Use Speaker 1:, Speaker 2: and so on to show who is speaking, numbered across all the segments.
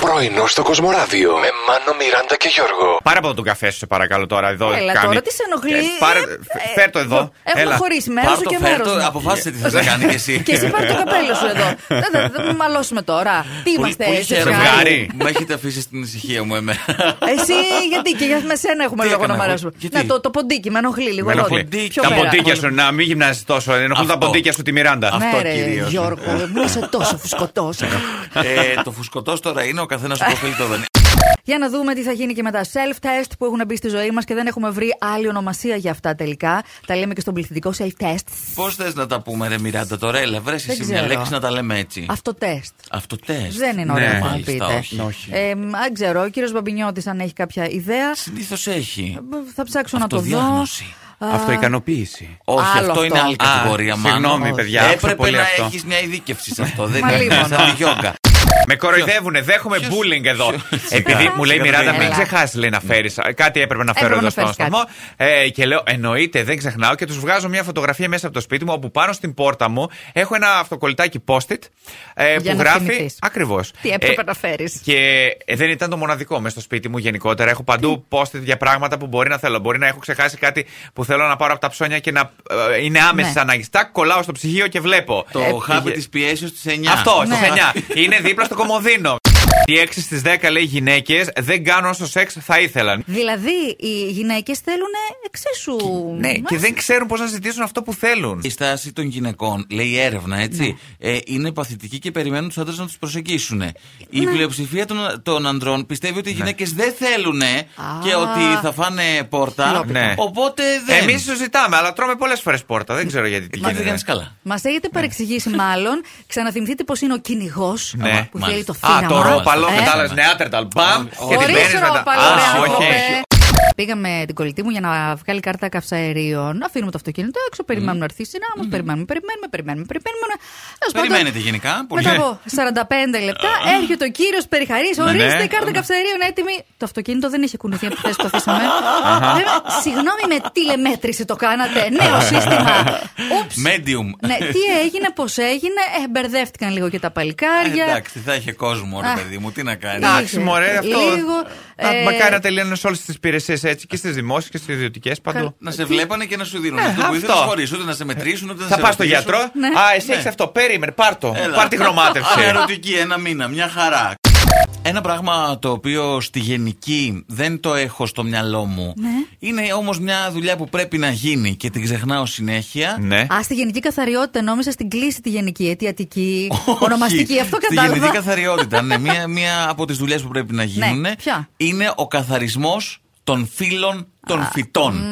Speaker 1: Πρωινό στο Κοσμοράδιο με Μάνο, Μυράντα και Γιώργο.
Speaker 2: Πάρε από τον καφέ σου, σε παρακαλώ τώρα. Εδώ
Speaker 3: Έλα
Speaker 2: κάνει...
Speaker 3: τώρα, τι σε ενοχλεί.
Speaker 2: Ε, πάρε...
Speaker 3: Ε, ε,
Speaker 2: Φέρ το εδώ.
Speaker 3: Έχουμε
Speaker 2: Έλα.
Speaker 3: χωρίσει μέρος σου
Speaker 4: το
Speaker 3: και μέρο.
Speaker 4: φέρτο, αποφάσισε τι θα κάνει και εσύ.
Speaker 3: Και εσύ πάρε το καπέλο σου εδώ. Δεν- Δεν δεν θα μαλώσουμε τώρα. Τι
Speaker 4: Πολύ-
Speaker 3: είμαστε
Speaker 4: πολύ
Speaker 3: έτσι,
Speaker 4: χαίρομαι.
Speaker 2: ζευγάρι.
Speaker 4: Μου έχετε αφήσει στην ησυχία μου εμένα.
Speaker 3: Εσύ γιατί και για με σένα έχουμε
Speaker 4: Τι
Speaker 3: λόγο να
Speaker 4: έκανα εγώ,
Speaker 3: μαλώσουμε.
Speaker 4: γιατί?
Speaker 3: Να το, το ποντίκι, με ενοχλεί λίγο.
Speaker 2: Με
Speaker 3: εδώ.
Speaker 2: ενοχλεί.
Speaker 3: Πιο
Speaker 2: Τα
Speaker 3: πέρα.
Speaker 2: ποντίκια σου, να μην γυμνάζει τόσο. Ενοχλούν τα
Speaker 4: Αυτό.
Speaker 2: ποντίκια σου τη Μιράντα.
Speaker 4: Αυτό.
Speaker 3: Ναι, ρε,
Speaker 4: κυρίως.
Speaker 3: Γιώργο, μου είσαι τόσο φουσκωτός.
Speaker 4: Ε, Το φουσκωτός τώρα είναι ο καθένα που οφείλει το δανείο.
Speaker 3: Για να δούμε τι θα γίνει και με τα self-test που έχουν μπει στη ζωή μας και δεν έχουμε βρει άλλη ονομασία για αυτά τελικά. Τα λέμε και στον πληθυντικό self-test.
Speaker 4: Πώς θες να τα πούμε, ρε Μιράντα, τώρα έλα, βρες
Speaker 3: Δεν
Speaker 4: εσύ μια
Speaker 3: ξέρω.
Speaker 4: λέξη να τα λέμε έτσι.
Speaker 3: Αυτό τεστ.
Speaker 4: Αυτό τεστ.
Speaker 3: Δεν είναι
Speaker 2: Ναι,
Speaker 3: ωραίο να
Speaker 4: μάλιστα,
Speaker 3: πείτε.
Speaker 4: όχι.
Speaker 2: Όχι.
Speaker 3: Ε, μ, αν ξέρω, ο κύριος Μπαμπινιώτης, αν έχει κάποια ιδέα,
Speaker 4: Συνήθως έχει.
Speaker 3: μ, θα ψάξω να το δω.
Speaker 4: Αυτοδιάγνωση.
Speaker 3: Α,
Speaker 2: Αυτοικανοποίηση.
Speaker 4: Όχι,
Speaker 3: Άλλο
Speaker 4: αυτό είναι
Speaker 3: αυτό.
Speaker 4: άλλη
Speaker 2: Α,
Speaker 4: κατηγορία, μάλλον.
Speaker 2: συγγνώμη, παιδιά, άκουσα
Speaker 4: Έπρεπε
Speaker 2: πολύ
Speaker 4: να
Speaker 2: αυτό.
Speaker 4: έχεις μια ειδίκευση σε αυτό. Δεν
Speaker 3: Μα
Speaker 4: είναι
Speaker 3: λίγο,
Speaker 4: σαν
Speaker 3: ναι.
Speaker 4: τη γιόγκα.
Speaker 2: Με κοροϊδεύουνε, δέχομαι
Speaker 4: ποιος-
Speaker 2: bullying εδώ.
Speaker 4: ποιος-
Speaker 2: Επειδή μου λέει η Μιράντα, μην
Speaker 3: Έλα.
Speaker 2: ξεχάσεις λέει να φέρεις. Κάτι έπρεπε να φέρω
Speaker 3: Έπρεπε
Speaker 2: εδώ
Speaker 3: να
Speaker 2: στον
Speaker 3: φέρεις κάτι.
Speaker 2: σταθμό. Ε, και λέω, εννοείται, δεν ξεχνάω. Και τους βγάζω μια φωτογραφία μέσα από το σπίτι μου, όπου πάνω στην πόρτα μου έχω ένα αυτοκολλητάκι post-it ε,
Speaker 3: Για
Speaker 2: που
Speaker 3: να
Speaker 2: γράφει.
Speaker 3: θυμηθείς.
Speaker 2: Ακριβώς.
Speaker 3: Τι έπρεπε να φέρεις.
Speaker 2: Και ε, δεν ήταν το μοναδικό. Μέσα στο σπίτι μου γενικότερα έχω παντού post για πράγματα που μπορεί να θέλω. Μπορεί να έχω ξεχάσει κάτι που θέλω να πάρω από τα ψώνια και να ε, είναι άμεσης
Speaker 3: Ναι. Ε,
Speaker 2: αναγκιστά. Κολλάω στο ψυγείο και βλέπω.
Speaker 4: Το χάπι τη πιέσεω τη 9.
Speaker 2: Αυτό,
Speaker 3: Ναι.
Speaker 2: στι 9. Είναι δίπλα στο κομμωδίνο. Οι 6 στι 10 λέει γυναίκες δεν κάνουν όσο σεξ θα ήθελαν.
Speaker 3: Δηλαδή, οι γυναίκες θέλουν εξίσου.
Speaker 2: Ναι, και δεν ξέρουν πώς να ζητήσουν αυτό που θέλουν.
Speaker 4: Η στάση των γυναικών, λέει η έρευνα, έτσι,
Speaker 3: Ναι.
Speaker 4: ε, είναι παθητική και περιμένουν τους άντρες να τους προσεγγίσουν. Η
Speaker 3: Ναι.
Speaker 4: πλειοψηφία των, των ανδρών πιστεύει
Speaker 2: Ναι.
Speaker 4: ότι οι γυναίκες δεν θέλουν και ότι θα φάνε πόρτα.
Speaker 2: Χιλόπιτα. Ναι.
Speaker 4: Οπότε δεν.
Speaker 2: Εμείς το ζητάμε, αλλά τρώμε πολλές φορές πόρτα. Δεν ξέρω γιατί τι
Speaker 4: Μα δεν
Speaker 2: γίνεται.
Speaker 4: κάνεις καλά.
Speaker 3: Μας έχετε παρεξηγήσει, μάλλον. Ξαναθυμηθείτε πώ είναι ο κυνηγός
Speaker 2: Ναι,
Speaker 3: που
Speaker 4: μάλιστα.
Speaker 3: θέλει το
Speaker 2: Α,
Speaker 3: θύραμα.
Speaker 2: το ρόπαλο
Speaker 3: Ε,
Speaker 2: κατάλαβε. Νεάτερταλ. Μπαμ. Και την
Speaker 3: Χωρίς
Speaker 2: παίρνει μετά.
Speaker 3: ρόπαλο,
Speaker 2: Α,
Speaker 3: ρε
Speaker 2: όχι.
Speaker 3: άνθρωπε.
Speaker 2: όχι.
Speaker 3: Πήγαμε την κολλητή μου για να βγάλει κάρτα καυσαερίων. Αφήνουμε το αυτοκίνητο έξω, περιμένουμε να έρθει η σειρά μας. Περιμένουμε, περιμένουμε, περιμένουμε, περιμένουμε. Τέλος πάντων,
Speaker 4: Περιμένετε γενικά. Πολύ.
Speaker 3: Μετά από 45 λεπτά έρχεται ο κύριος Περιχαρής.
Speaker 2: ναι.
Speaker 3: Ορίστε, η κάρτα καυσαερίων έτοιμη. Το αυτοκίνητο δεν είχε κουνηθεί από τη θέση που το αφήσαμε. Λέμε, Συγγνώμη, με τηλεμέτρηση το κάνατε. Νέο σύστημα. Ούψ.
Speaker 4: Medium.
Speaker 3: Ναι, τι έγινε, πώς έγινε. Ε, μπερδεύτηκαν λίγο και τα παλικάρια.
Speaker 4: Ε, Εντάξει, θα είχε κόσμο, ρε
Speaker 3: Α.
Speaker 4: παιδί μου, τι να κάνει.
Speaker 3: Να-
Speaker 2: Εντάξει, μωρέ, αυτό.
Speaker 3: Λίγο,
Speaker 2: Να-
Speaker 3: ε,
Speaker 2: Μακάρι να τελειώνουν σε όλες τις υπηρεσίες έτσι και στις δημόσιες και στις ιδιωτικές παντού.
Speaker 4: Να σε βλέπανε και να σου δίνουν
Speaker 2: Ε,
Speaker 4: αυτό που ήθελες
Speaker 2: αυτό.
Speaker 4: χωρίς ούτε να σε μετρήσουν ούτε να σε
Speaker 2: Θα πας στο
Speaker 4: ρωτήσουν.
Speaker 2: γιατρό.
Speaker 3: Ναι.
Speaker 2: Α, εσύ
Speaker 4: Ναι.
Speaker 2: έχει αυτό. Περίμενε, πάρ το.
Speaker 4: Έλα.
Speaker 2: Πάρ τη
Speaker 4: Α,
Speaker 2: χρωμάτευση.
Speaker 4: Ερωτική, ένα μήνα, μια χαρά. Ένα πράγμα το οποίο στη γενική δεν το έχω στο μυαλό μου.
Speaker 3: Ναι.
Speaker 4: Είναι όμως μια δουλειά που πρέπει να γίνει και την ξεχνάω συνέχεια.
Speaker 2: Ναι.
Speaker 3: Α, στη γενική καθαριότητα νόμιζα στην κλίση τη γενική, αιτιατική,
Speaker 4: Όχι.
Speaker 3: ονομαστική. Αυτό
Speaker 4: Στη γενική
Speaker 3: κατάλαβα.
Speaker 4: καθαριότητα. ναι, μία, μία από τις δουλειές που πρέπει να γίνουν
Speaker 3: Ναι, ποια?
Speaker 4: είναι ο καθαρισμός των φύλων των φυτών.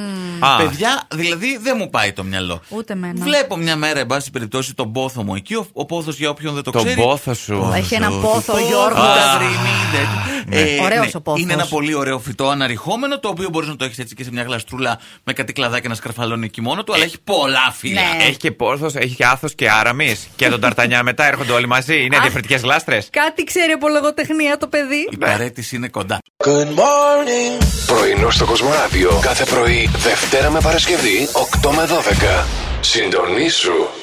Speaker 2: Α.
Speaker 4: Παιδιά, δηλαδή δεν μου πάει το μυαλό.
Speaker 3: Ούτε εμένα.
Speaker 4: Βλέπω μια μέρα, εν πάση περιπτώσει, τον πόθο μου εκεί. Ο, ο πόθος, για όποιον δεν το,
Speaker 2: Τον
Speaker 4: ξέρει.
Speaker 2: πόθο σου.
Speaker 3: Έχει ένα
Speaker 4: Ζω-
Speaker 3: πόθο,
Speaker 4: Πόθο,
Speaker 3: Γιώργο.
Speaker 4: τα γκρινίδε. Ε,
Speaker 3: Ωραίος
Speaker 4: ναι,
Speaker 3: ο πόθος.
Speaker 4: Είναι ένα πολύ ωραίο φυτό αναρριχόμενο, το οποίο μπορείς να το έχεις έτσι και σε μια γλαστρούλα με κάτι κλαδάκι να σκαρφαλώνει εκεί μόνο του, αλλά έχει πολλά φύλλα.
Speaker 3: Ε, Ναι.
Speaker 2: Έχει και πόρθο, έχει και άθος και άραμι. Και τον Ταρτανιά μετά έρχονται όλοι μαζί. Είναι
Speaker 3: Α.
Speaker 2: διαφορετικές λάστρες.
Speaker 3: Κάτι ξέρει από λογοτεχνία το παιδί.
Speaker 4: Ε, Η παρέτηση είναι κοντά.
Speaker 1: Πρωινό στο Κοσμοράδιο κάθε πρωί, Δευτέρα με Παρασκευή, 8 με 12. Συντονίσου.